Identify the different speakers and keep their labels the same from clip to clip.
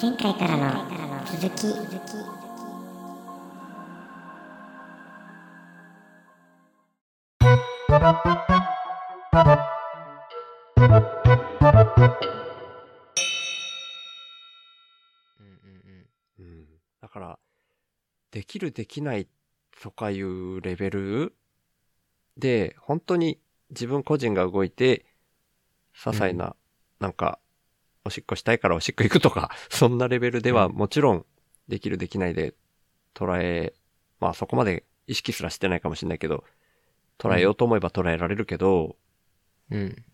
Speaker 1: 前回からの続き
Speaker 2: うんうん
Speaker 3: うん、だから、できるできないとかいうレベルで、本当に自分個人が動いて、些細な、なんか、おしっこしたいからおしっこ行くとか、 そんなレベルでは
Speaker 2: うん
Speaker 3: もちろん、できるできないで捉え、まあそこまで意識すらしてないかもしれないけど、捉えようと思えば捉えられるけど、
Speaker 2: うん。うん。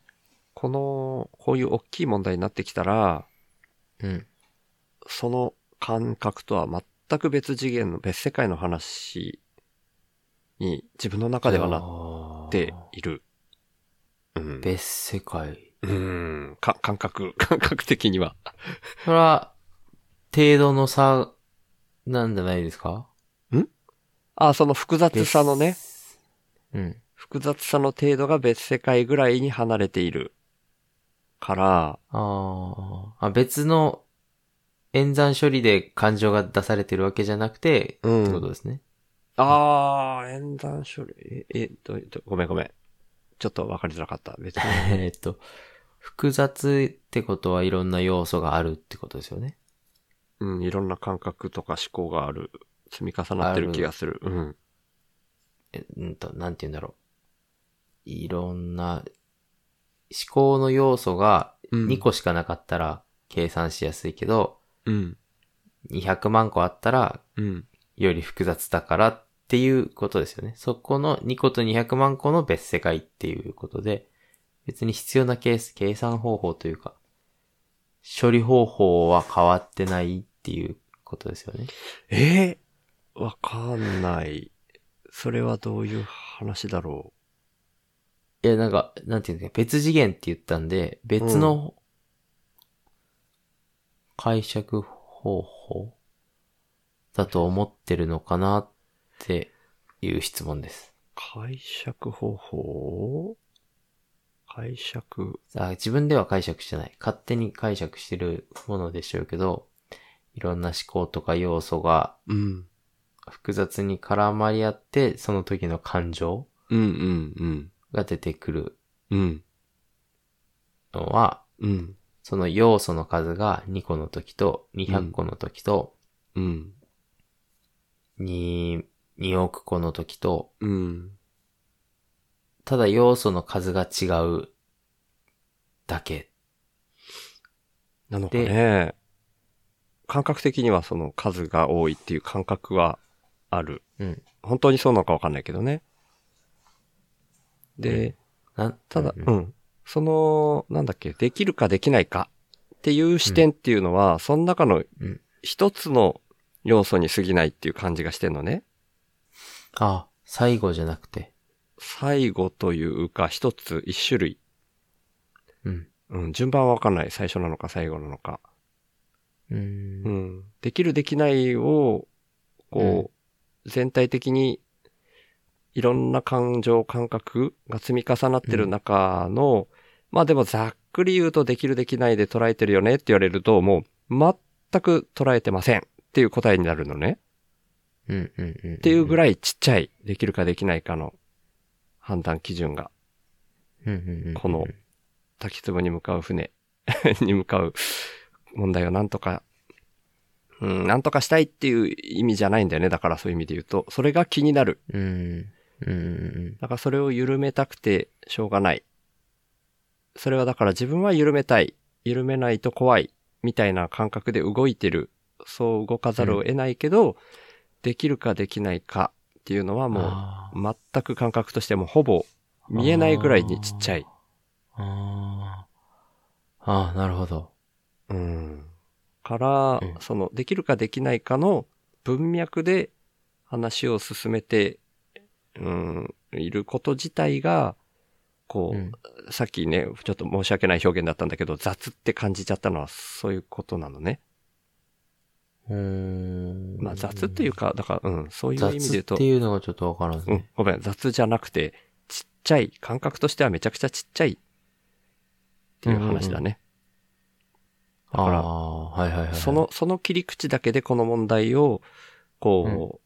Speaker 3: この、こういう大きい問題になってきたら、
Speaker 2: うん。
Speaker 3: その感覚とは全く別次元の別世界の話に自分の中ではな
Speaker 2: っ
Speaker 3: っている。うん。
Speaker 2: 別世界。
Speaker 3: うん。か、感覚、 感覚的には。
Speaker 2: それは、程度の差、なんじゃないですか
Speaker 3: あ、その複雑さのね、。
Speaker 2: 別うん。
Speaker 3: 複雑さの程度が別世界ぐらいに離れているから、
Speaker 2: あーあ、別の演算処理で感情が出されてるわけじゃなくて、
Speaker 3: うん
Speaker 2: ってことですね。
Speaker 3: あー、演算処理、え、 え、どうどうごめんごめん。ちょっとわかりづらかった。別に。
Speaker 2: えーっと、複雑ってことはいろんな要素があるってことですよね。
Speaker 3: うん、いろんな感覚とか思考がある。積み重なってる気がする。うん。
Speaker 2: えうんと、なんて言うんだろう。いろんな思考の要素が
Speaker 3: うん
Speaker 2: 2個しかなかったら計算しやすいけど、
Speaker 3: うん。
Speaker 2: 200万個あったら
Speaker 3: うん。
Speaker 2: より複雑だからっていうことですよね。そこの2個と200万個の別世界っていうことで、別に必要なケース、計算方法というか、処理方法は変わってないっていうことですよね。
Speaker 3: えーわかんない。それはどういう話だろ
Speaker 2: いや、なんか、なんていうんですか、別次元って言ったんで、別の解釈方法だと思ってるのかなっていう質問です。
Speaker 3: う。解釈方法解釈。
Speaker 2: あ自分では解釈してない。勝手に解釈してるものでしょうけど、いろんな思考とか要素が
Speaker 3: うん。
Speaker 2: 複雑に絡まり合って、その時の感情
Speaker 3: うんうん
Speaker 2: が出てくる
Speaker 3: うん。うん。
Speaker 2: のは、
Speaker 3: うん。
Speaker 2: その要素の数が2個の時と200個の時と
Speaker 3: うん。
Speaker 2: 2、2億個の時と、
Speaker 3: うん。
Speaker 2: ただ要素の数が違うだけ。
Speaker 3: なのかね。感覚的にはその数が多いっていう感覚はある。
Speaker 2: うん。
Speaker 3: 本当にそうなのかわかんないけどね。で、
Speaker 2: なん
Speaker 3: ただ、
Speaker 2: う
Speaker 3: うんん。その、なんだっけ、できるかできないかっていう視点っていうのは、その中の
Speaker 2: うん
Speaker 3: 一つの要素に過ぎないっていう感じがしてんのね。
Speaker 2: あ、最後じゃなくて。
Speaker 3: 最後というか、一つ、一種類。
Speaker 2: うん。
Speaker 3: うん、順番はわかんない。最初なのか最後なのか。
Speaker 2: う。
Speaker 3: うんん。できるできないを、こう、全体的に、いろんな感情、感覚が積み重なってる中の、まあでもざっくり言うとできるできないで捉えてるよねって言われると、もう全く捉えてませんっていう答えになるのね。
Speaker 2: うん。うん。うん。っ
Speaker 3: っていうぐ
Speaker 2: らい。
Speaker 3: らいちっちゃい、できるかできないかの判断基準が、
Speaker 2: うんうんうん。
Speaker 3: この滝壺に向かう船 に向かう問題をなんとか、うん、なんとかしたいっていう意味じゃないんだよね。だからそういう意味で言うと、それが気になる。
Speaker 2: うん。うん。うんうん。
Speaker 3: だからそれを緩めたくてしょうがない。それはだから自分は緩めたい。緩めないと怖い。みたいな感覚で動いてる。そう動かざるを得ないけど、できるかできないかっていうのはも
Speaker 2: あー
Speaker 3: う全く感覚としてもほぼ見えないぐらいにちっちゃい。
Speaker 2: あーあー、なるほど。
Speaker 3: うん。から
Speaker 2: うん、
Speaker 3: そのできるかできないかの文脈で話を進めて、うん、いること自体が、こう、
Speaker 2: うん
Speaker 3: さっきね、ちょっと申し訳ない表現だったんだけど、雑って感じちゃったのはそういうことなのね。
Speaker 2: うーん。
Speaker 3: まあ雑っていうか、だから、うん、そういう意味で言う
Speaker 2: 雑
Speaker 3: と、
Speaker 2: っていうのがちょっとわからんです
Speaker 3: うん
Speaker 2: ね。、
Speaker 3: ごめん、雑じゃなくて、ちっちゃい、感覚としてはめちゃくちゃちっちゃいっていう話だね。だから
Speaker 2: ああー、はいはいはい。
Speaker 3: そ、の、その切り口だけでこの問題を、こ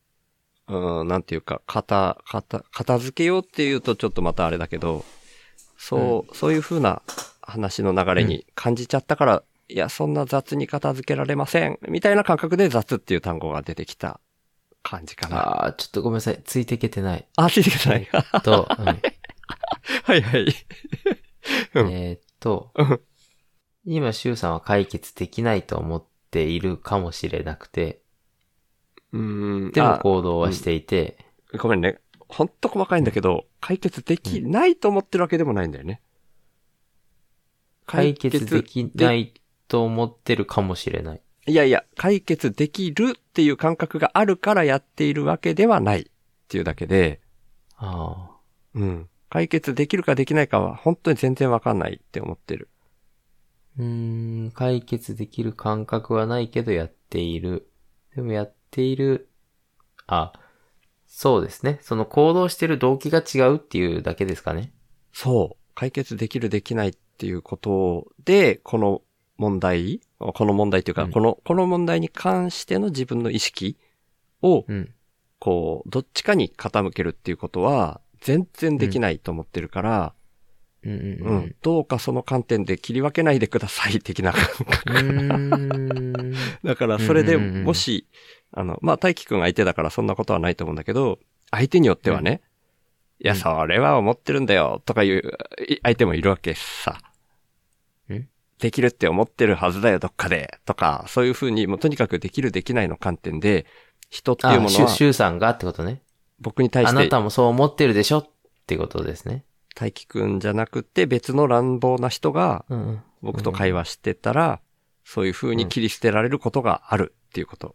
Speaker 3: う、うん、なんていうか、片、片、片付けようっていうとちょっとまたあれだけど、そう、そういう風な話の流れに感じちゃったから、いや、そんな雑に片付けられません、みたいな感覚で雑っていう単語が出てきた感じかな。
Speaker 2: ああ、ちょっとごめんなさい。ついていけてない。
Speaker 3: あ、ついてください。
Speaker 2: と、うん
Speaker 3: はいはい。うん
Speaker 2: えーっと
Speaker 3: うん、
Speaker 2: 今、シュウさんは解決できないと思っているかもしれなくて、
Speaker 3: うん。
Speaker 2: でも
Speaker 3: あ
Speaker 2: 行動はしていて、
Speaker 3: ごめんね。ほんと細かいんだけど、解決できないと思ってるわけでもないんだよね。
Speaker 2: 解決できないと思ってるかもしれない。
Speaker 3: いやいや、解決できるっていう感覚があるからやっているわけではないっていうだけで、
Speaker 2: ああ。
Speaker 3: うん。解決できるかできないかは本当に全然わかんないって思ってる。
Speaker 2: うーん、解決できる感覚はないけどやっている。でもやっている、あ、そうですね。その行動してる動機が違うっていうだけですかね。
Speaker 3: そう。解決できるできないっていうことで、この問題、この問題というか、
Speaker 2: うん
Speaker 3: この、この問題に関しての自分の意識を、
Speaker 2: うん。
Speaker 3: こう、どっちかに傾けるっていうことは、全然できないと思ってるから、
Speaker 2: うんうん
Speaker 3: う
Speaker 2: うん
Speaker 3: ん。どうかその観点で切り分けないでください、的な感覚。
Speaker 2: うー ん。
Speaker 3: だから、それで
Speaker 2: うんうんうんうん
Speaker 3: もし、あの、まあ、大輝くんが相手だからそんなことはないと思うんだけど、相手によってはね、いや、
Speaker 2: うん
Speaker 3: それは思ってるんだよ、とかいう、い相手もいるわけさ
Speaker 2: うん。
Speaker 3: できるって思ってるはずだよ、どっかで、とか、そういうふうに、もうとにかくできるできないの観点で、人っていう
Speaker 2: あ、
Speaker 3: もの
Speaker 2: シュ
Speaker 3: は
Speaker 2: シ、ュウさんがってことね。
Speaker 3: 僕に対
Speaker 2: あ
Speaker 3: し
Speaker 2: な
Speaker 3: て、
Speaker 2: たもそう思ってるでしょってことですね。
Speaker 3: 大輝くんじゃなくて別の乱暴な人が、
Speaker 2: うんうん。
Speaker 3: 僕と会話してたら、そういうふうに切り捨てられることがあるっていうこと。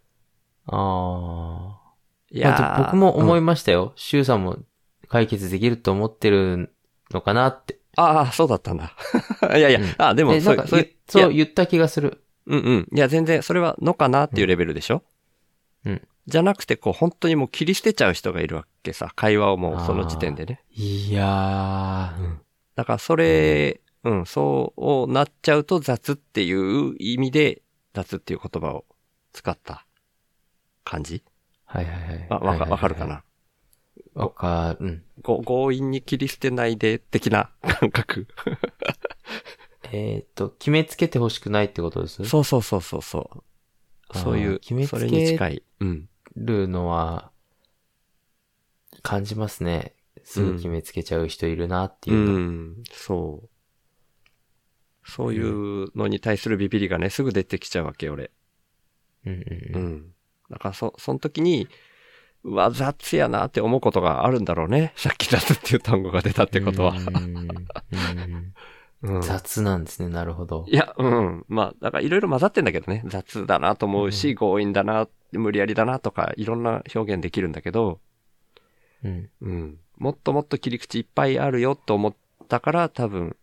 Speaker 2: あ
Speaker 3: い
Speaker 2: あ。
Speaker 3: や
Speaker 2: まあで僕も思
Speaker 3: い、
Speaker 2: いましたよ。シュウさんも解決できると思ってるのかなって。
Speaker 3: ああ、そうだったんだ。 いやいや、
Speaker 2: うん
Speaker 3: あでも
Speaker 2: え
Speaker 3: そ
Speaker 2: なん
Speaker 3: う、
Speaker 2: か
Speaker 3: それ
Speaker 2: ゆ、そ
Speaker 3: いう
Speaker 2: 言った気がする。
Speaker 3: うんうん。いや、全然、それはのかなっていうレベルでしょ
Speaker 2: うん。
Speaker 3: じゃなくて、こう、本当にもう切り捨てちゃう人がいるわけさ。会話をもう、その時点でね。
Speaker 2: いやー。うん
Speaker 3: だから、それ、うん、そうなっちゃうと雑っていう意味で、雑っていう言葉を使った感じ
Speaker 2: はいはいはい。
Speaker 3: あ、わか、わかる
Speaker 2: は
Speaker 3: か
Speaker 2: い
Speaker 3: な
Speaker 2: はいはい。わかる。うん。
Speaker 3: ご強引に切り捨てないで、的な感覚。
Speaker 2: えーっと、決めつけてほしくないってことです
Speaker 3: そうそうそうそうそう。
Speaker 2: あー
Speaker 3: そういう、
Speaker 2: 決めつ
Speaker 3: そ
Speaker 2: け
Speaker 3: れに近い。うん。
Speaker 2: るのは、感じますね。すぐ決めつけちゃう人いるなっていううの。
Speaker 3: ん、そう。そういうのに対するビビりがね、すぐ出てきちゃうわけ、俺。
Speaker 2: うんうん
Speaker 3: う
Speaker 2: うん
Speaker 3: ん。だから、そ、その時に、うわ、雑やなって思うことがあるんだろうね。さっき雑っていう単語が出たってことは
Speaker 2: う。んうん
Speaker 3: うん。
Speaker 2: 雑なんですね、なるほど。
Speaker 3: いや、うん。まあ、だからいろいろ混ざってんだけどね。雑だなと思うし、
Speaker 2: う
Speaker 3: 強引だな、無理やりだなとか、いろんな表現できるんだけど、
Speaker 2: うん。
Speaker 3: うん。もっともっと切り口いっぱいあるよと思ったから、多分、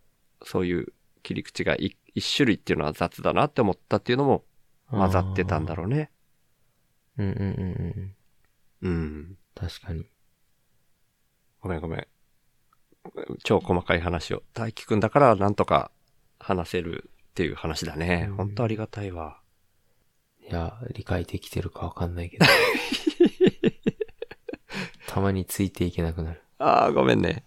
Speaker 3: そういう切り口がい一種類っていうのは雑だなって思ったっていうのも混ざってたんだろうね。
Speaker 2: う。うんうんうんうん。
Speaker 3: うん。
Speaker 2: 確かに。
Speaker 3: ごめんごめん。超細かい話を。大輝くんだからなんとか話せるっていう話だね。
Speaker 2: うん
Speaker 3: ほんとありがたいわ。
Speaker 2: いや、理解できてるかわかんない けど。たまについていけなくなる。
Speaker 3: ああ、ごめんね。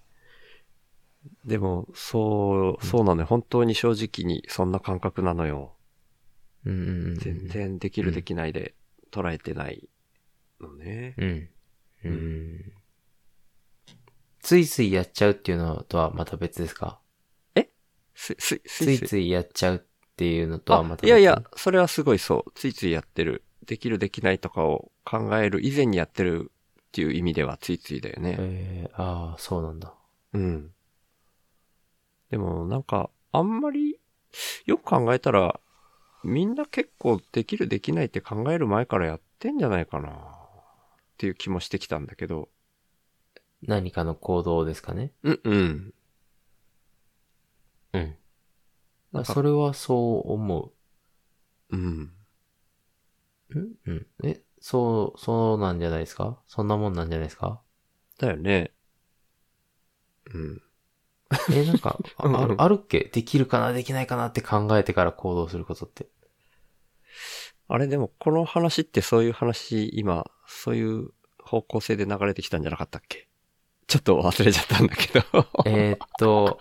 Speaker 3: でも、そう、そうなのよ。本当に正直にそんな感覚なのよ。
Speaker 2: うんうんうん。
Speaker 3: 全。然できる
Speaker 2: うん
Speaker 3: できないで捉えてないのね。
Speaker 2: うん。うん。ついついやっちゃうっていうのとはまた別ですか
Speaker 3: す、す、
Speaker 2: つ
Speaker 3: す
Speaker 2: いついやっちゃうっていうのとはまた
Speaker 3: あいやいや、それはすごいそう。ついついやってる。できるできないとかを考える以前にやってるっていう意味ではついついだよね。
Speaker 2: えー、ああ、そうなんだ。
Speaker 3: うん。でもなんか、あんまり、よく考えたら、みんな結構できるできないって考える前からやってんじゃないかなっていう気もしてきたんだけど。
Speaker 2: 何かの行動ですかね
Speaker 3: うんうん。
Speaker 2: うん。
Speaker 3: なんか
Speaker 2: それはそう思
Speaker 3: うん。
Speaker 2: う。んうん。え、そう、そうなんじゃないですかそんなもんなんじゃないです か
Speaker 3: だよね。うん。
Speaker 2: え、なんか、あ
Speaker 3: うんうん
Speaker 2: あるあるっけできるかなできないかなって考えてから行動することって。
Speaker 3: あれでもこの話ってそういう話、今、そういう方向性で流れてきたんじゃなかったっけちょっと忘れちゃったんだけど。
Speaker 2: えーっと、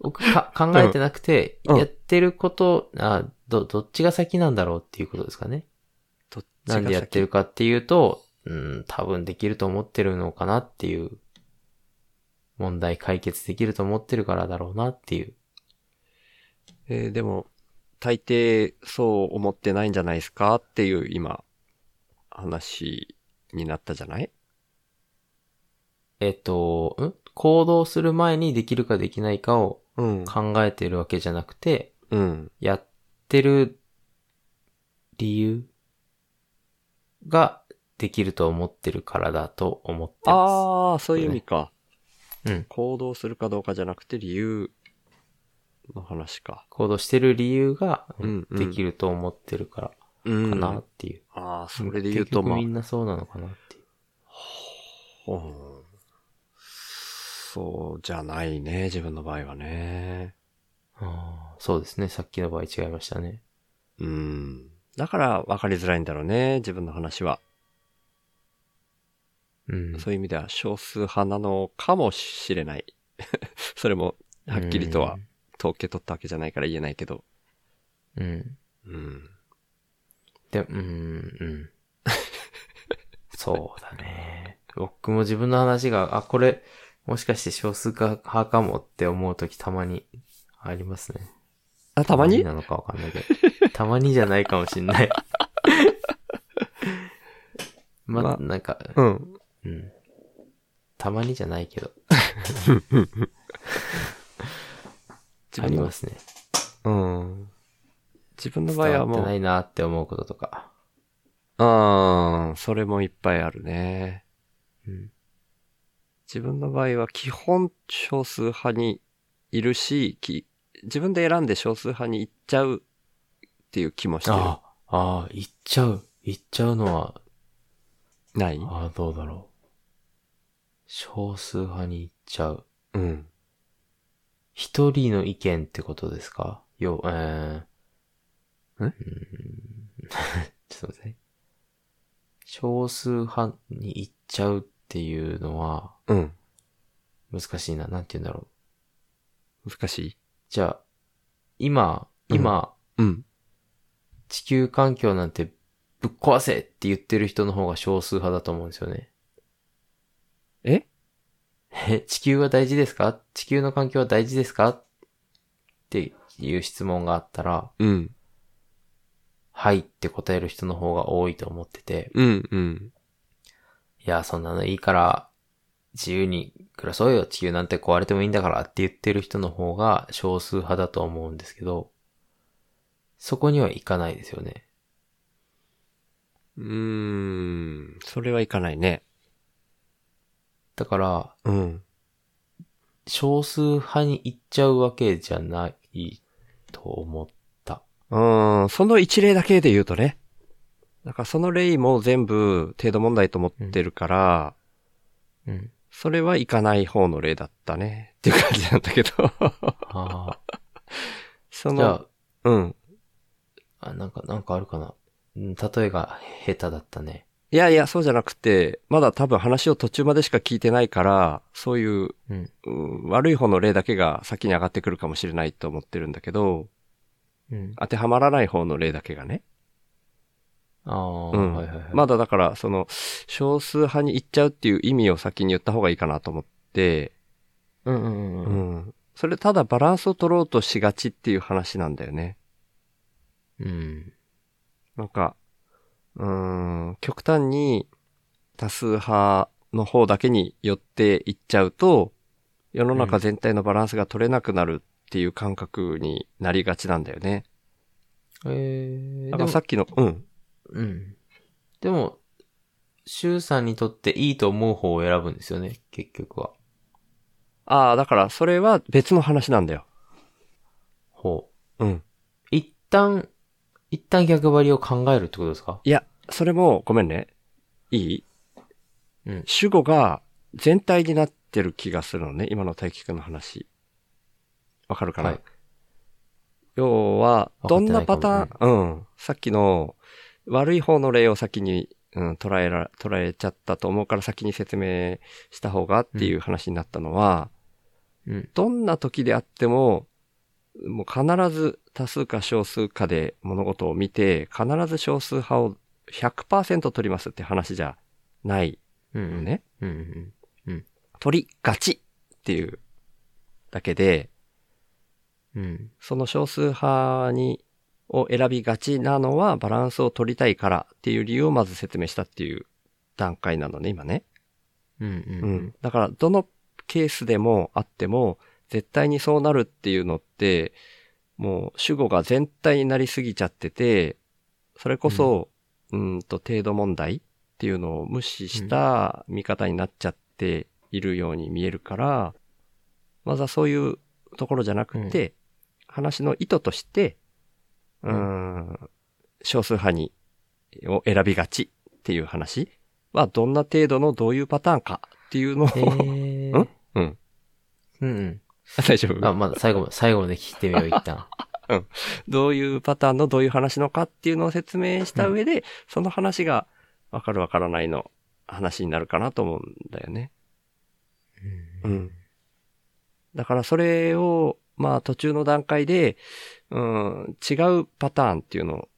Speaker 2: 僕か考えてなくて、
Speaker 3: うんうん
Speaker 2: やってること、あ、ど、どっちが先なんだろうっていうことですかね。
Speaker 3: どっちが先
Speaker 2: なんでやってるかっていうと、うん、多分できると思ってるのかなっていう、問題解決できると思ってるからだろうなっていう。
Speaker 3: えーでも、大抵そう思ってないんじゃないですかっていう今、話になったじゃない
Speaker 2: えっと、ん行動する前にできるかできないかを
Speaker 3: うん
Speaker 2: 考えてるわけじゃなくて、
Speaker 3: うん。
Speaker 2: やってる理由ができると思ってるからだと思ってま
Speaker 3: ああ、そういう意味か。
Speaker 2: す。うん。
Speaker 3: 行動するかどうかじゃなくて理由の話か。
Speaker 2: 行動してる理由が、
Speaker 3: うんうん
Speaker 2: できると思ってるから
Speaker 3: う
Speaker 2: かなっていう。
Speaker 3: ああ、それで言う
Speaker 2: 結
Speaker 3: と、
Speaker 2: 局
Speaker 3: まあ
Speaker 2: み、んなそうなのかなっていう。
Speaker 3: うんそうじゃないね、自分の場合はね。
Speaker 2: あーそうですね。さっきの場合違いましたね。
Speaker 3: うん。だから分かりづらいんだろうね、自分の話は。
Speaker 2: うん。
Speaker 3: そういう意味では少数派なのかもしれない。 それも、はっきりとは統計取ったわけじゃないから言えないけど。
Speaker 2: うん。うん。
Speaker 3: うん。
Speaker 2: で、うん、うん。 そうだね。僕も自分の話が、あ、これ、もしかして少数派かもって思うときたまにありますね。
Speaker 3: あ、たまに
Speaker 2: なのかわかんないけど。 たまにじゃないかもしんない。 ま、
Speaker 3: ま
Speaker 2: なんか、
Speaker 3: うん。
Speaker 2: うん。たまにじゃないけど、
Speaker 3: 自
Speaker 2: あ
Speaker 3: 分
Speaker 2: り
Speaker 3: の
Speaker 2: ま、すね。
Speaker 3: うん。自分の場合
Speaker 2: 伝
Speaker 3: は
Speaker 2: わって
Speaker 3: も
Speaker 2: ないなって思うこととか。
Speaker 3: う、うん、それもいっぱいあるね。
Speaker 2: うん。
Speaker 3: 自分の場合は基本少数派にいるし、き自分で選んで少数派に行っちゃうっていう気もしてる。
Speaker 2: ああ、ああ、行っちゃう。行っちゃうのは、
Speaker 3: ない
Speaker 2: ああ、どうだろう。少数派に行っちゃう。
Speaker 3: うん。
Speaker 2: 一人の意見ってことですかよ、えー、
Speaker 3: ん
Speaker 2: うーん ちょっと待ってね。少数派に行っちゃうっていうのは
Speaker 3: うん。
Speaker 2: 難しいな。なんて言うんだろう。
Speaker 3: 難しい
Speaker 2: じゃあ、今、今、
Speaker 3: うん。
Speaker 2: 地球環境なんてぶっ壊せって言ってる人の方が少数派だと思うんですよね。
Speaker 3: え
Speaker 2: え、地球は大事ですか地球の環境は大事ですかっていう質問があったら、
Speaker 3: うん。
Speaker 2: はいって答える人の方が多いと思ってて、
Speaker 3: うん、うん。
Speaker 2: いや、そんなのいいから、自由に暮らそうよ、地球なんて壊れてもいいんだからって言ってる人の方が少数派だと思うんですけど、そこにはいかないですよね。
Speaker 3: うーん。それはいかないね。
Speaker 2: だから、
Speaker 3: うん。
Speaker 2: 少数派に行っちゃうわけじゃないと思った。
Speaker 3: うん。その一例だけで言うとね。だからその例も全部程度問題と思ってるから、
Speaker 2: うん。
Speaker 3: それはいかない方の例だったね。っていう感じなんだけ ど。
Speaker 2: あ
Speaker 3: そ
Speaker 2: あ。じゃあ
Speaker 3: の、、うん。
Speaker 2: あ、なんか、なんかあるかな。うん例えが下手だったね。
Speaker 3: いやいや、そうじゃなくて、まだ多分話を途中までしか聞いてないから、そういう、
Speaker 2: うん。
Speaker 3: うん悪い方の例だけが先に上がってくるかもしれないと思ってるんだけど、
Speaker 2: うん。
Speaker 3: 当てはまらない方の例だけがね。
Speaker 2: ああ、
Speaker 3: うん
Speaker 2: はいはいはい。
Speaker 3: まだだから、その、少数派に行っちゃうっていう意味を先に言った方がいいかなと思って、
Speaker 2: うんうんうん
Speaker 3: う
Speaker 2: うん。
Speaker 3: ん。それただバランスを取ろうとしがちっていう話なんだよね。
Speaker 2: うん。
Speaker 3: なんか、うーん、極端に多数派の方だけに寄っていっちゃうと、世の中全体のバランスが取れなくなるっていう感覚になりがちなんだよね。
Speaker 2: えー、で
Speaker 3: だから
Speaker 2: も
Speaker 3: さっきの、うん。
Speaker 2: うん。でも、周さんにとっていいと思う方を選ぶんですよね、結局は。
Speaker 3: ああ、だからそれは別の話なんだよ。
Speaker 2: ほう。
Speaker 3: うん。
Speaker 2: 一旦、一旦逆張りを考えるってことですか
Speaker 3: いや、それも、ごめんね。いい
Speaker 2: うん
Speaker 3: 主語が全体になってる気がするのね。今の大輝くんの話。わかるかな、
Speaker 2: はい
Speaker 3: 要は、
Speaker 2: わか
Speaker 3: ど
Speaker 2: って
Speaker 3: ん
Speaker 2: な
Speaker 3: ない
Speaker 2: か
Speaker 3: パ
Speaker 2: も
Speaker 3: ターン、うん。さっきの、悪い方の例を先に、うん、捉えら、捉えちゃったと思うから先に説明した方がっていう話になったのは、
Speaker 2: うん。
Speaker 3: どんな時であっても、もう必ず多数か少数かで物事を見て、必ず少数派を100%取りますって話じゃない
Speaker 2: うん
Speaker 3: の
Speaker 2: うん。
Speaker 3: ね。
Speaker 2: うんうん。
Speaker 3: 取りがちっていうだけで、
Speaker 2: うん。
Speaker 3: その少数派に、を選びがちなのはバランスを取りたいからっていう理由をまず説明したっていう段階なのね、今ね。
Speaker 2: うん
Speaker 3: う
Speaker 2: うん
Speaker 3: ん。だから、どのケースでもあっても、絶対にそうなるっていうのって、もう主語が全体になりすぎちゃってて、それこそ、うーん、と、程度問題っていうのを無視した見方になっちゃっているように見えるから、まずはそういうところじゃなくて、話の意図として、うーん、少数派に、を選びがちっていう話は、どんな程度のどういうパターンかっていうのを、
Speaker 2: へー
Speaker 3: んうん。
Speaker 2: うんうん。
Speaker 3: 大丈夫
Speaker 2: あ、まだ最後まで、最後まで聞いてみよう、一旦。
Speaker 3: どういうパターンのどういう話のかっていうのを説明した上で、その話がわかるわからないの話になるかなと思うんだよね。うん。だからそれを、まあ途中の段階で、うん、違うパターンっていうの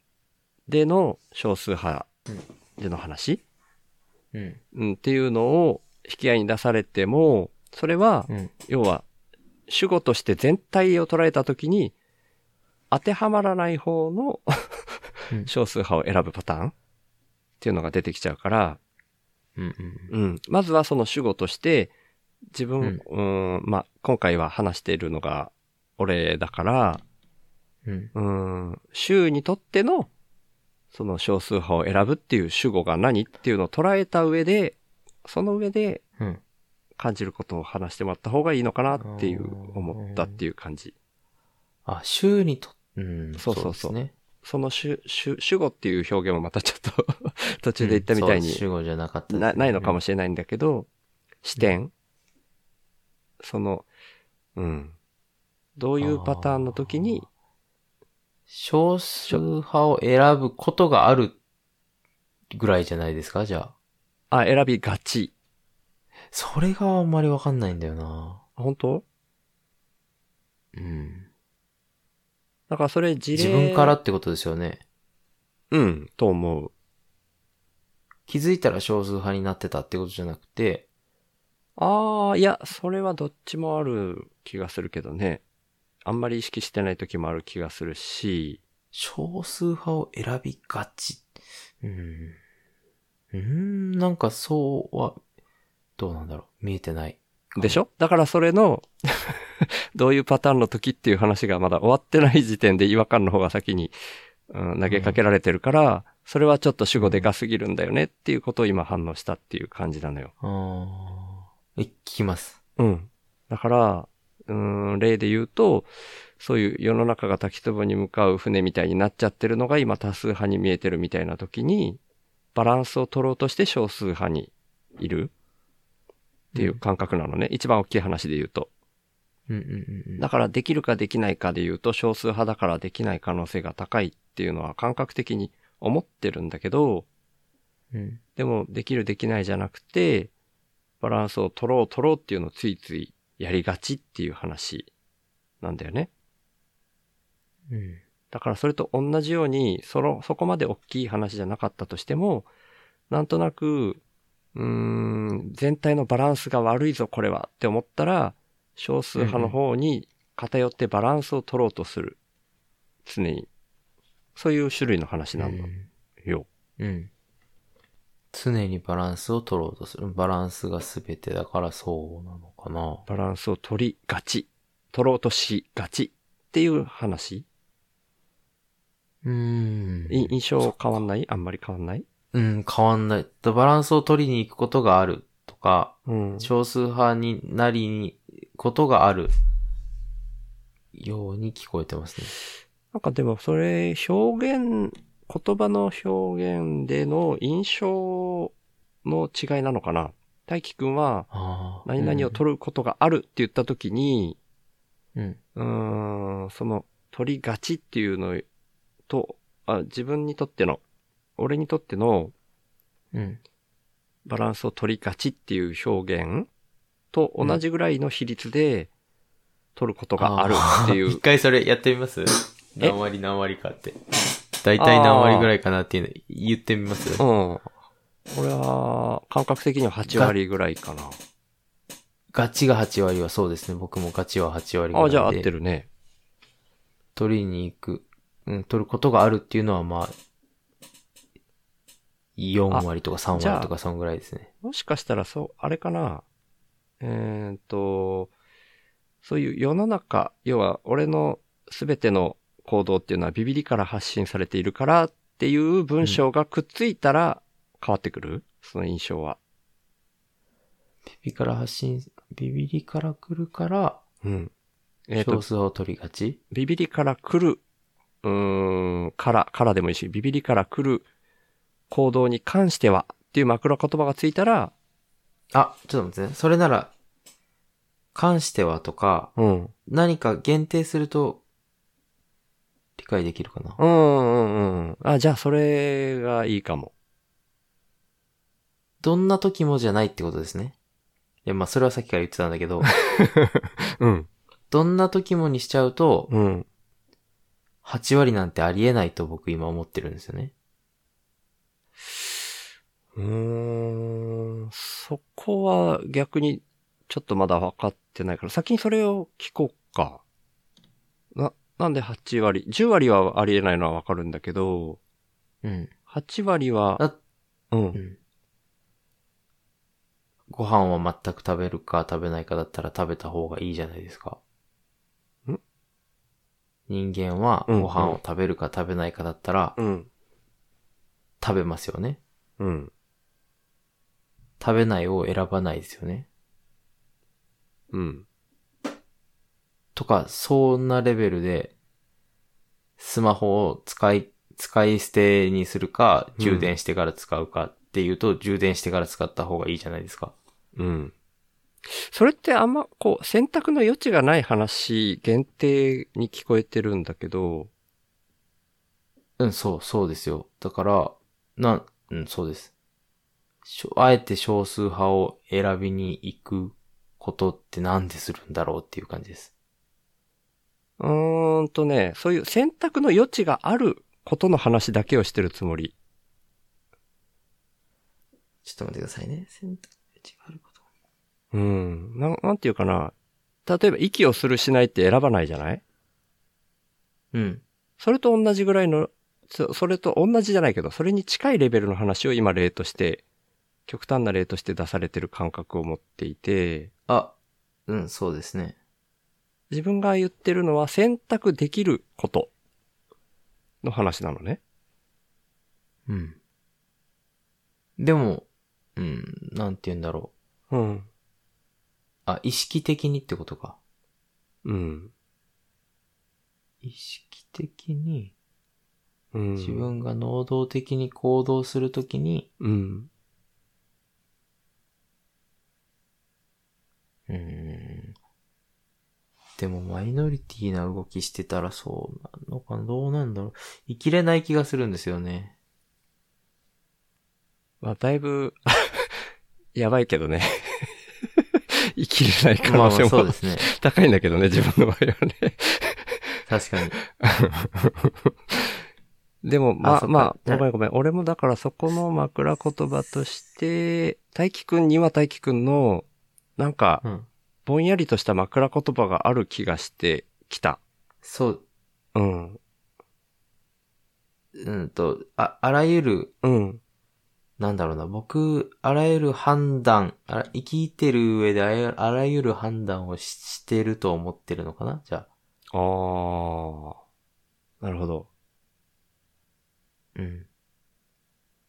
Speaker 3: での少数派での話、
Speaker 2: うん。
Speaker 3: うん、っていうのを引き合いに出されても、それは、
Speaker 2: うん。
Speaker 3: 要は、主語として全体を捉えたときに、当てはまらない方の
Speaker 2: うん
Speaker 3: 少数派を選ぶパターンっていうのが出てきちゃうから、
Speaker 2: うん。
Speaker 3: うん。まずはその主語として、自分、うーん、まあ、今回は話しているのが俺だから、
Speaker 2: うん。
Speaker 3: うーん、州にとっての、その少数派を選ぶっていう主語が何っていうのを捉えた上で、その上で
Speaker 2: うん。
Speaker 3: 感じることを話してもらった方がいいのかなっていう思ったっていう感じ。
Speaker 2: あ、週にと、うん。
Speaker 3: そうそうそう
Speaker 2: ですね。
Speaker 3: その主主主語っていう表現もまたちょっと 途中で言ったみたい
Speaker 2: うんそう
Speaker 3: に
Speaker 2: 主語じゃなかったですね
Speaker 3: なないのかもしれないんだけど、視点その、うん。どういうパターンの時に、
Speaker 2: 少数派を選ぶことがあるぐらいじゃないですか、じゃあ。
Speaker 3: あ、選びがち。
Speaker 2: それがあんまりわかんないんだよな。
Speaker 3: 本当
Speaker 2: うん。
Speaker 3: だからそれ事例。
Speaker 2: 自分からってことですよね。
Speaker 3: うん、と思う。
Speaker 2: 気づいたら少数派になってたってことじゃなくて、
Speaker 3: ああ、いや、それはどっちもある気がするけどね。あんまり意識してない時もある気がするし、
Speaker 2: 少数派を選びがち。うん。うーん、なんかそうは、どうなんだろう。見えてない。
Speaker 3: でしょだからそれの、 どういうパターンの時っていう話がまだ終わってない時点で違和感の方が先に、うん、投げかけられてるから、それはちょっと主語でかすぎるんだよねっていうことを今反応したっていう感じなのよ。
Speaker 2: あーえ、聞きます。
Speaker 3: うん。だから、うん、例で言うと、そういう世の中が滝壺に向かう船みたいになっちゃってるのが今多数派に見えてるみたいな時に、バランスを取ろうとして少数派にいるっていう感覚なのね。一番大きい話で言うと。
Speaker 2: うんうんうん。
Speaker 3: だからできるかできないかで言うと少数派だからできない可能性が高いっていうのは感覚的に思ってるんだけど、
Speaker 2: うん。
Speaker 3: でもできるできないじゃなくて、バランスを取ろう取ろうっていうのをついついやりがちっていう話なんだよね。
Speaker 2: うん。
Speaker 3: だからそれと同じように、その、そこまで大きい話じゃなかったとしても、なんとなく、うーん、全体のバランスが悪いぞ、これはって思ったら、少数派の方に偏ってバランスを取ろうとする。常に。そういう種類の話なのよ。
Speaker 2: うん。常にバランスを取ろうとする。バランスが全てだからそうなのかな。
Speaker 3: バランスを取りがち。取ろうとしがち。っていう話。
Speaker 2: うーん。
Speaker 3: い印象変わんないあんまり変わんない
Speaker 2: うん、変わんない。バランスを取りに行くことがあるとか、
Speaker 3: うん。
Speaker 2: 少数派になりに、ことがあるように聞こえてますね。
Speaker 3: なんかでもそれ表現、言葉の表現での印象の違いなのかな大輝くんは
Speaker 2: ああ。
Speaker 3: 何々を取ることがあるって言った時に、
Speaker 2: る。うん。
Speaker 3: うーん、その取りがちっていうのとあ、自分にとっての俺にとっての
Speaker 2: うん。
Speaker 3: バランスを取りがちっていう表現と同じぐらいの比率で取ることがあるってい
Speaker 2: 一
Speaker 3: う。
Speaker 2: 回それやってみます何割何割かって。大体何割ぐらいかなっていうの言ってみます
Speaker 3: うん。俺は、感覚的には8割ぐらいかな。
Speaker 2: ガチが8割はそうですね。僕もガチは8割ぐらいで。
Speaker 3: あ、じゃあ合ってるね。
Speaker 2: 取りに行く、うん、取ることがあるっていうのはまあ、4割とか3割とかそんぐらいですね。
Speaker 3: もしかしたら、そう、あれかな。えーっと、そういう世の中、要は俺のすべての行動っていうのはビビリから発信されているからっていう文章がくっついたら変わってくる、その印象は。
Speaker 2: ビビから発信、ビビリから来るから、
Speaker 3: うん。えーっと
Speaker 2: 少、数を取りがち、
Speaker 3: ビビリから来る、うーん、から、からでもいいし、ビビリから来る行動に関してはっていう枕言葉がついたら、
Speaker 2: あ、ちょっと待ってね。それなら、関してはとか、
Speaker 3: うん。うん
Speaker 2: 何か限定すると、理解できるかな。
Speaker 3: うんうん。あ、じゃあそれがいいかも。
Speaker 2: どんな時もじゃないってことですね。いや、まあ、それはさっきから言ってたんだけど、
Speaker 3: うん。
Speaker 2: どんな時もにしちゃうと、
Speaker 3: うん。
Speaker 2: 8割なんてありえないと僕今思ってるんですよね。
Speaker 3: うーん。そこは逆にちょっとまだ分かってないから、先にそれを聞こうか。な、なんで8割 ?10 割はありえないのは分かるんだけど、
Speaker 2: うん。
Speaker 3: 8割は、
Speaker 2: だ
Speaker 3: うん
Speaker 2: う。んご飯は全く食べるか食べないかだったら食べた方がいいじゃないですか。
Speaker 3: ん
Speaker 2: 人間は
Speaker 3: うん
Speaker 2: ご飯を食べるか食べないかだったら
Speaker 3: うん。
Speaker 2: 食べますよね。
Speaker 3: うん。
Speaker 2: 食べないを選ばないですよね。
Speaker 3: うん。
Speaker 2: とか、そんなレベルで、スマホを使い、使い捨てにするか、
Speaker 3: うん
Speaker 2: 充電してから使うかっていうと、充電してから使った方がいいじゃないですか。
Speaker 3: うん。それってあんま、こう、選択の余地がない話限定に聞こえてるんだけど、
Speaker 2: うん、そう、そうですよ。だから、なん、うん、そうです。しょあえて少数派を選びに行くことってなんでするんだろうっていう感じです。
Speaker 3: うーんとね、そういう選択の余地があることの話だけをしてるつもり。
Speaker 2: ちょっと待ってくださいね。選択肢があること。
Speaker 3: うん。なん、なんていうかな。例えば、息をするしないって選ばないじゃない
Speaker 2: うん。
Speaker 3: それと同じぐらいの、そそれと同じじゃないけど、それに近いレベルの話を今例として、極端な例として出されてる感覚を持っていて、
Speaker 2: あ、うん、そうですね。
Speaker 3: 自分が言ってるのは選択できることの話なのね。
Speaker 2: うん。でも、うん、なんて言うんだろう。
Speaker 3: うん。
Speaker 2: あ、意識的にってことか。
Speaker 3: うん。
Speaker 2: 意識的に、
Speaker 3: うん。
Speaker 2: 自。分が能動的に行動するときに、
Speaker 3: うん。
Speaker 2: うーん。でもマイノリティな動きしてたらそうなのかなどうなんだろう。生きれない気がするんですよね。
Speaker 3: まあ、だいぶ、 やばいけどね。 生きれない可
Speaker 2: まあまあ
Speaker 3: 能性
Speaker 2: そうで
Speaker 3: も
Speaker 2: すね。
Speaker 3: 高いんだけどね、自分の場合はね。
Speaker 2: 確 かに。
Speaker 3: でも、ま
Speaker 2: あ
Speaker 3: あ、
Speaker 2: そっか
Speaker 3: まあ、
Speaker 2: うん
Speaker 3: ごめんごめん。俺もだからそこの枕言葉として、大輝くんには大輝くんの、なんか
Speaker 2: う、ん。
Speaker 3: ぼんやりとした枕言葉がある気がしてきた。
Speaker 2: そう、
Speaker 3: うん。
Speaker 2: うんと、あ、あらゆる
Speaker 3: うん。
Speaker 2: なんだろうな、僕、あらゆる判断、あら生きてる上であらあらゆる判断をししてると思ってるのかなじゃあ。
Speaker 3: あー。なるほど。
Speaker 2: うん。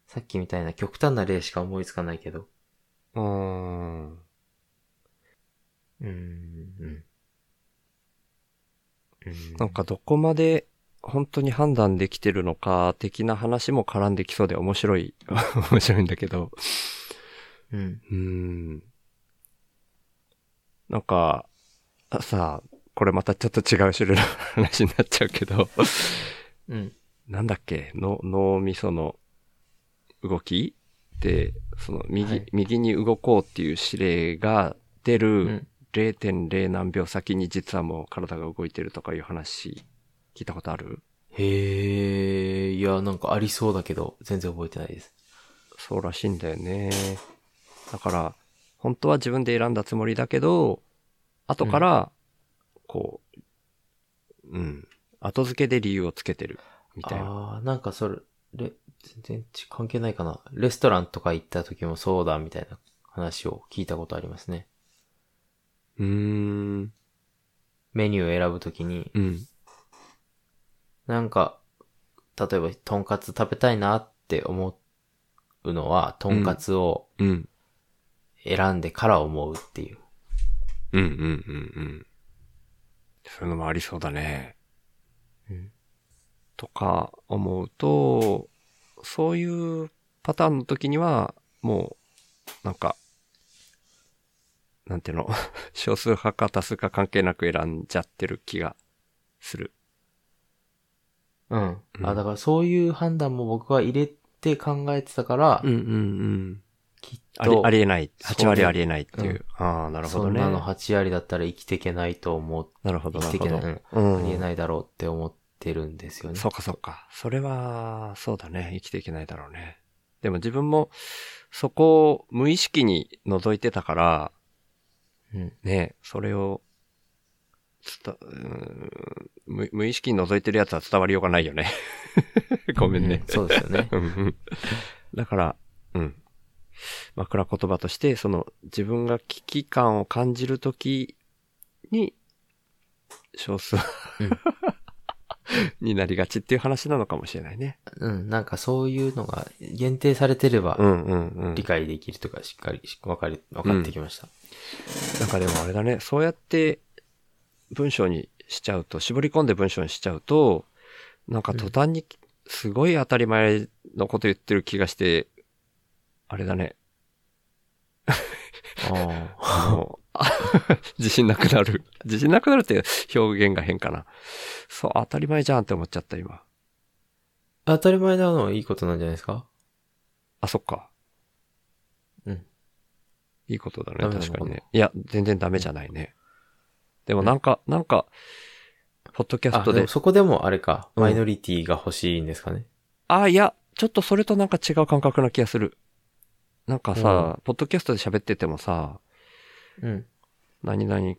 Speaker 2: さっきみたいな極端な例しか思いつかないけど。
Speaker 3: うーん。
Speaker 2: うーん。うんうーん
Speaker 3: なんかどこまで本当に判断できてるのか的な話も絡んできそうで面白い、 面白いんだけど。
Speaker 2: うん。
Speaker 3: うーん。なんか、あさあ、これまたちょっと違う種類の話になっちゃうけど、
Speaker 2: うん。
Speaker 3: なんだっけの脳みその動きで、その右、
Speaker 2: はい
Speaker 3: 右に動こうっていう指令が出
Speaker 2: う
Speaker 3: る
Speaker 2: ん。
Speaker 3: 0.0何秒先に実はもう体が動いてるとかいう話聞いたことある
Speaker 2: へえ、いや、なんかありそうだけど、全然覚えてないです。
Speaker 3: そうらしいんだよね。だから、本当は自分で選んだつもりだけど、後から、こう、うん、後付けで理由をつけてる、みたいな。
Speaker 2: ああー、なんかそれ、れ全然ち関係ないかな。レストランとか行った時もそうだ、みたいな話を聞いたことありますね。
Speaker 3: うーん。
Speaker 2: メニューを選ぶときに、
Speaker 3: うん。
Speaker 2: なんか、例えば、とんかつ食べたいなって思うのは、とんかつを
Speaker 3: うん。
Speaker 2: 選んでから思うっていう。
Speaker 3: うんうんうんうん。そういうのもありそうだね。
Speaker 2: うん
Speaker 3: とか思うと、そういうパターンの時には、もう、なんか、なんていうの、 少数派か多数か関係なく選んじゃってる気がする。
Speaker 2: うん。
Speaker 3: うん
Speaker 2: あ、だからそういう判断も僕は入れて考えてたから、
Speaker 3: んうん。
Speaker 2: きっ
Speaker 3: あり
Speaker 2: と、
Speaker 3: ありえない。
Speaker 2: そう
Speaker 3: 8割ありえないっていう。
Speaker 2: うん
Speaker 3: ああ、なるほ
Speaker 2: そ
Speaker 3: ど
Speaker 2: ん
Speaker 3: ね。
Speaker 2: なの8割だったら生きていけないと思う。
Speaker 3: なるほど、なるほ
Speaker 2: 生きてい
Speaker 3: ど
Speaker 2: け。
Speaker 3: うん
Speaker 2: ありえないだろうって思ってるんですよね。
Speaker 3: そうかそうか。それは、そうだね。生きていけないだろうね。でも自分も、そこを無意識に覗いてたから、
Speaker 2: うん。
Speaker 3: ね、それを、つた、うーん無無意識に覗いてるやつは伝わりようがないよね。 ごめんね
Speaker 2: う。そうですよね。
Speaker 3: うんうんだから、うん。枕言葉として、その自分が危機感を感じるときに、少数
Speaker 2: うん
Speaker 3: になりがちっていう話なのかもしれないね。
Speaker 2: うん。なんかそういうのが限定されてれば
Speaker 3: う、んうんうん。
Speaker 2: 理解できるとか、しっかりし、わかり、わかってきました。
Speaker 3: なんかでもあれだね、そうやって文章にしちゃうと、絞り込んで文章にしちゃうと、なんか途端にすごい当たり前のこと言ってる気がして、あれだね、
Speaker 2: ああ。
Speaker 3: あの 自信なくなる。自信なくなるって表現が変かな。そう、当たり前じゃんって思っちゃった今。
Speaker 2: 当たり前なのはいいことなんじゃないですか
Speaker 3: あ、そっか。
Speaker 2: うん。
Speaker 3: いいことだね、
Speaker 2: ダメなの
Speaker 3: 確かに
Speaker 2: か
Speaker 3: ね。いや、全然ダメじゃないね。でもなんか、なんか、ポッドキャ
Speaker 2: あ、
Speaker 3: スト
Speaker 2: で
Speaker 3: で
Speaker 2: も、そこでもあれか、
Speaker 3: うん
Speaker 2: マイノリティが欲しいんですかね。
Speaker 3: あ、いや、ちょっとそれとなんか違う感覚な気がする。なんかさ、ポッドキャストで喋っててもさ、
Speaker 2: うん。
Speaker 3: 何々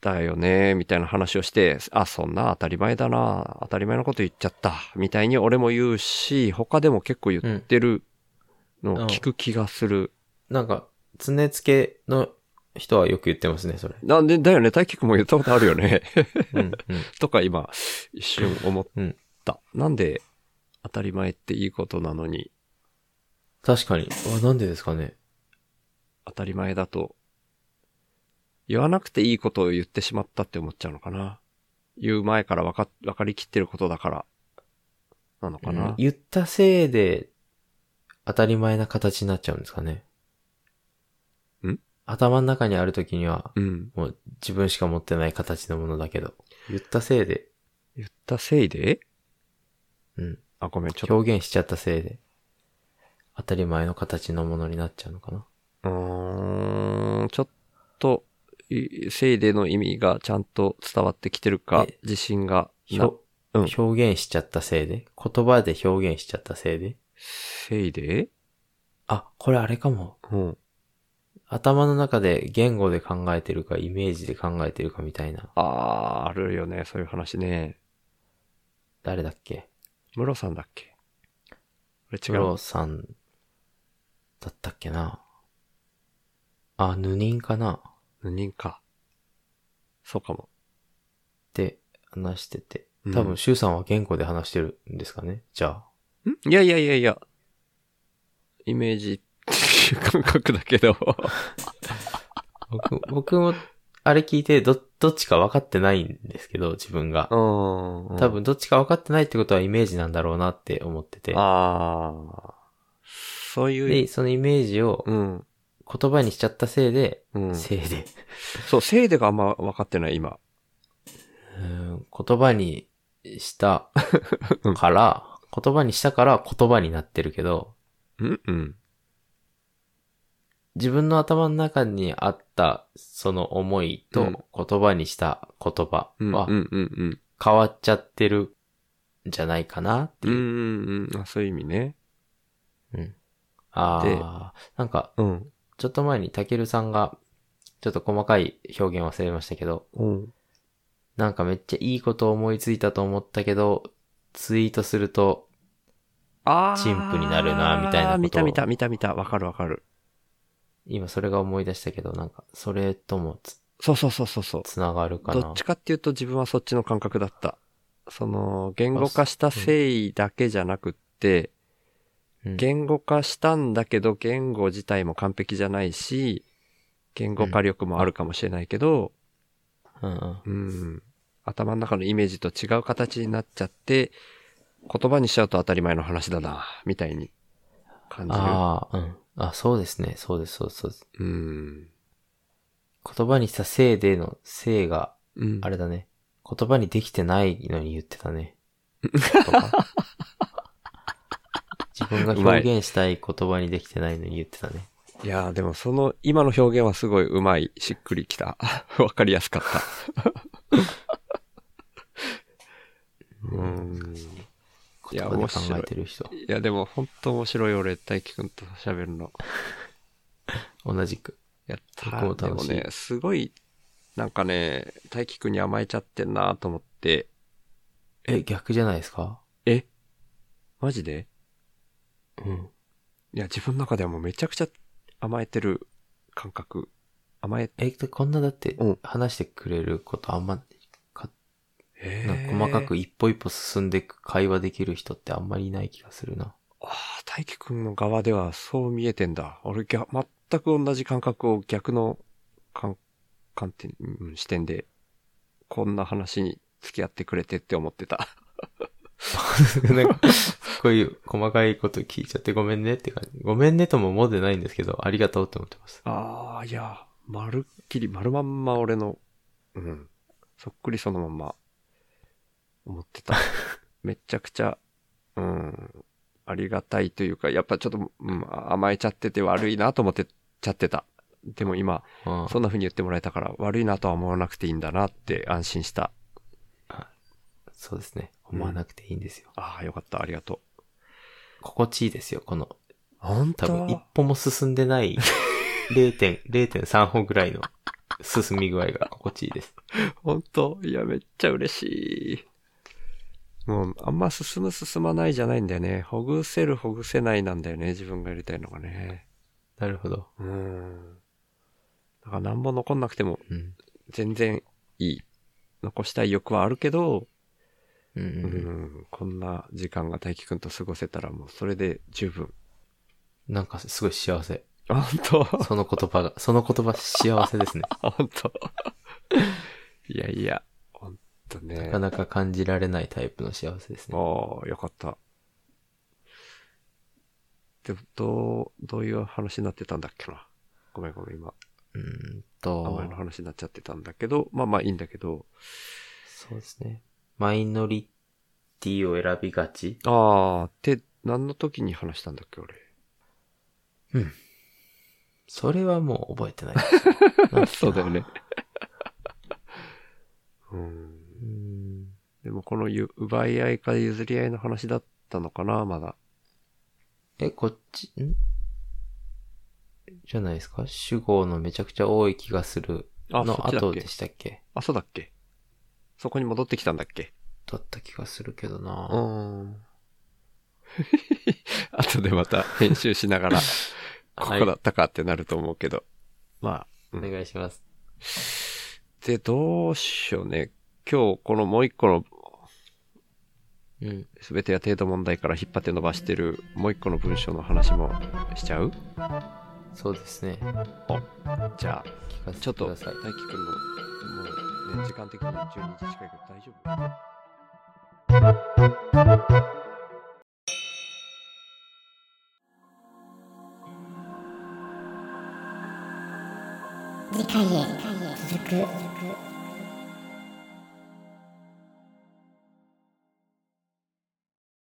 Speaker 3: だよね、みたいな話をして、あ、そんな当たり前だな、当たり前のこと言っちゃった、みたいに俺も言うし、他でも結構言ってるのを聞く気がする。
Speaker 2: なんか、常ねつけの人はよく言ってますね、それ。
Speaker 3: なんで、だよね、大輝くんも言ったことあるよね。
Speaker 2: うん。
Speaker 3: とか今、一瞬思っ
Speaker 2: うん。うん。
Speaker 3: た。なんで、当たり前っていいことなのに、
Speaker 2: 確かに。あ、なんでですかね。
Speaker 3: 当たり前だと、言わなくていいことを言ってしまったって思っちゃうのかな。言う前から分か、分かりきってることだから、なのかな。
Speaker 2: うん言ったせいで、当たり前な形になっちゃうんですかね。
Speaker 3: ん
Speaker 2: 頭の中にある時には、
Speaker 3: うん。
Speaker 2: もう自分しか持ってない形のものだけど、言ったせいで、
Speaker 3: 言ったせいで
Speaker 2: うん。
Speaker 3: あ、ごめん、ちょっと。
Speaker 2: 表現しちゃったせいで、当たり前の形のものになっちゃうのかな。
Speaker 3: うーん、ちょっと、いせいでの意味がちゃんと伝わってきてるか
Speaker 2: え、
Speaker 3: 自信が
Speaker 2: ひ
Speaker 3: な
Speaker 2: ょ、
Speaker 3: うん
Speaker 2: 表現しちゃったせいで、言葉で表現しちゃったせいで、
Speaker 3: せいで
Speaker 2: あ、これあれかも。
Speaker 3: うん。
Speaker 2: 頭の中で言語で考えてるか、イメージで考えてるかみたいな。
Speaker 3: あー、あるよね、そういう話ね。
Speaker 2: 誰だっけ
Speaker 3: ムロさんだっけこれ
Speaker 2: プ
Speaker 3: 違う。
Speaker 2: ロさん、だったっけな。あ、ヌニンかなっ
Speaker 3: 何人か。そうかも。
Speaker 2: て話してて
Speaker 3: う。ん
Speaker 2: 多分、シュウさんは言語で話してるんですかねじゃあ。
Speaker 3: んいやいやいやいや。イメージっていう感覚だけ ど。
Speaker 2: 僕僕も、あれ聞いて、ど、どっちか分かってないんですけど、自分が。
Speaker 3: ん
Speaker 2: 多。分、どっちか分かってないってことはイメージなんだろうなって思ってて。
Speaker 3: ああ。そういう。
Speaker 2: で、そのイメージを
Speaker 3: うん。
Speaker 2: 言葉にしちゃったせいで、
Speaker 3: うん。
Speaker 2: せいで、
Speaker 3: そう、せいでがあんま分かってない、今。
Speaker 2: うん言葉にしたから、言葉にしたから言葉になってるけど、
Speaker 3: うんうん。
Speaker 2: 自分の頭の中にあったその思いと言葉にした言葉
Speaker 3: うん
Speaker 2: は
Speaker 3: うんうんうん。
Speaker 2: 変わっちゃってるんじゃないかなって
Speaker 3: う
Speaker 2: い
Speaker 3: ん
Speaker 2: う。
Speaker 3: うんうん。あ、そういう意味ね。
Speaker 2: ああ、なんか
Speaker 3: うん。
Speaker 2: ちょっと前にたけるさんがちょっと細かい表現忘れましたけど、
Speaker 3: うん。
Speaker 2: なんかめっちゃいいこと思いついたと思ったけど、ツイートすると、
Speaker 3: あ
Speaker 2: 陳腐になるなみたいなことを
Speaker 3: 見た見た見た見た。わかるわかる。
Speaker 2: 今それが思い出したけど、なんかそれともつ
Speaker 3: そうそうそうそうそう。
Speaker 2: つながるかな。
Speaker 3: どっちかっていうと自分はそっちの感覚だった。その、言語化した誠意だけじゃなくって、
Speaker 2: うん
Speaker 3: 言語化したんだけど、言語自体も完璧じゃないし、言語化力もあるかもしれないけど、
Speaker 2: うんうん
Speaker 3: うん、頭の中のイメージと違う形になっちゃって、言葉にしちゃうと当たり前の話だな、みたいに感じ
Speaker 2: ああ、うん。あ、そうですね。そうです、そうです、そうです。
Speaker 3: る。うん。
Speaker 2: 言葉にしたせいでの、せいが、
Speaker 3: うん
Speaker 2: あれだね。言葉にできてないのに言ってた ね。とか自分が表現したい言葉にできてないのに言ってたね。
Speaker 3: いやーでもその、今の表現はすごいうまい、しっくりきた。 わかりやすかった。うーん。い
Speaker 2: 言
Speaker 3: や
Speaker 2: 葉で
Speaker 3: 面
Speaker 2: 考
Speaker 3: 白い
Speaker 2: えてる人。
Speaker 3: いや、でも本当面白い俺、大輝くんと喋るの。
Speaker 2: 同じく。
Speaker 3: やった
Speaker 2: 僕も
Speaker 3: ー。で
Speaker 2: 楽
Speaker 3: も
Speaker 2: しい
Speaker 3: ね、すごい、なんかね、大輝くんに甘えちゃってんなーと思って。
Speaker 2: え、逆じゃないですか
Speaker 3: えマジで
Speaker 2: うん。
Speaker 3: いや、自分の中ではもうめちゃくちゃ甘えてる感覚。甘え、
Speaker 2: え、でこんなだって
Speaker 3: うん、
Speaker 2: 話してくれることあんま、か
Speaker 3: え
Speaker 2: なんか細かく一歩一歩進んでいく会話できる人ってあんまりいない気がする な。
Speaker 3: ああ、大輝くんの側ではそう見えてんだ。俺、ぎゃ全く同じ感覚を逆の観観点、うん視点で、こんな話に付き合ってくれてって思ってた。
Speaker 2: なんか、こういう細かいこと聞いちゃってごめんねって感じ。ごめんねとも思ってないんですけど、ありがとうって思ってます。
Speaker 3: ああ、いや、まるっきり、まるまんま俺の、うん、そっくりそのまんま、思っ てた。めちゃくちゃ、うん、ありがたいというか、やっぱちょっと、うん、甘えちゃってて悪いなと思ってちゃってた。でも今、
Speaker 2: うん。
Speaker 3: そんな風に言ってもらえたから、悪いなとは思わなくていいんだなって安心した。
Speaker 2: そうですね。思わなくていいんですよ。
Speaker 3: ああ、よかった、ありがと
Speaker 2: 心地いいですよ、この、
Speaker 3: う。本
Speaker 2: 多分一歩も進んでない 0. 0.3歩ぐらいの 進み具合が心地いいです。
Speaker 3: 本当いや、めっちゃ嬉しい。もう、あんま進む進まないじゃないんだよね。ほぐせるほぐせないなんだよね、自分がやりたいのがね。
Speaker 2: なるほど。
Speaker 3: うん。だから何も残んなくても
Speaker 2: うん。
Speaker 3: 全然いい。残したい欲はあるけど、
Speaker 2: うんうん
Speaker 3: う
Speaker 2: うん
Speaker 3: ん、こんな時間が大輝くんと過ごせたらもうそれで十 分。
Speaker 2: なんかすごい幸せ。
Speaker 3: 本当
Speaker 2: その言葉が、その言葉幸せ ですね。
Speaker 3: 本当いやいや、本当ね
Speaker 2: な。かなか感じられないタイプの幸せですね。
Speaker 3: ああ、よかった。で、どう、どういう話になってたんだっけな。ごめんごめん、今、
Speaker 2: うーん
Speaker 3: 名
Speaker 2: と
Speaker 3: 前の、話になっちゃってたんだけど、まあまあいいんだけど、
Speaker 2: そうですね。マイノリティを選びがち
Speaker 3: ああ、って、何の時に話したんだっけ、俺。
Speaker 2: それはもう覚えてない。
Speaker 3: そうだよね。 うん。
Speaker 2: うん。
Speaker 3: でもこのゆ奪い合いか譲り合いの話だったのかな、まだ。
Speaker 2: え、こっち、んじゃないですか主語のめちゃくちゃ多い気がする
Speaker 3: あ、そ
Speaker 2: の
Speaker 3: っちだっ
Speaker 2: 後
Speaker 3: け
Speaker 2: でしたっけ
Speaker 3: あ、そうだっけそこに戻ってきたんだっけ
Speaker 2: だった気がするけどな、
Speaker 3: うん。あとでまた編集しながら、こ
Speaker 2: はい
Speaker 3: こだったかってなると思うけど。まあ、うん
Speaker 2: お願いします。
Speaker 3: で、どうしようね。今日このもう一個の
Speaker 2: うん。
Speaker 3: 全てや程度問題から引っ張って伸ばしてるもう一個の文章の話もしちゃう
Speaker 2: そうですね。
Speaker 3: じゃあ、
Speaker 2: 聞かせ
Speaker 3: ちょ
Speaker 2: て
Speaker 3: っ
Speaker 2: く
Speaker 3: と、大
Speaker 2: ださ
Speaker 3: 輝
Speaker 2: い
Speaker 3: くん。の、もうね、時間的に12時近いけど大丈夫
Speaker 1: 次回へ続く。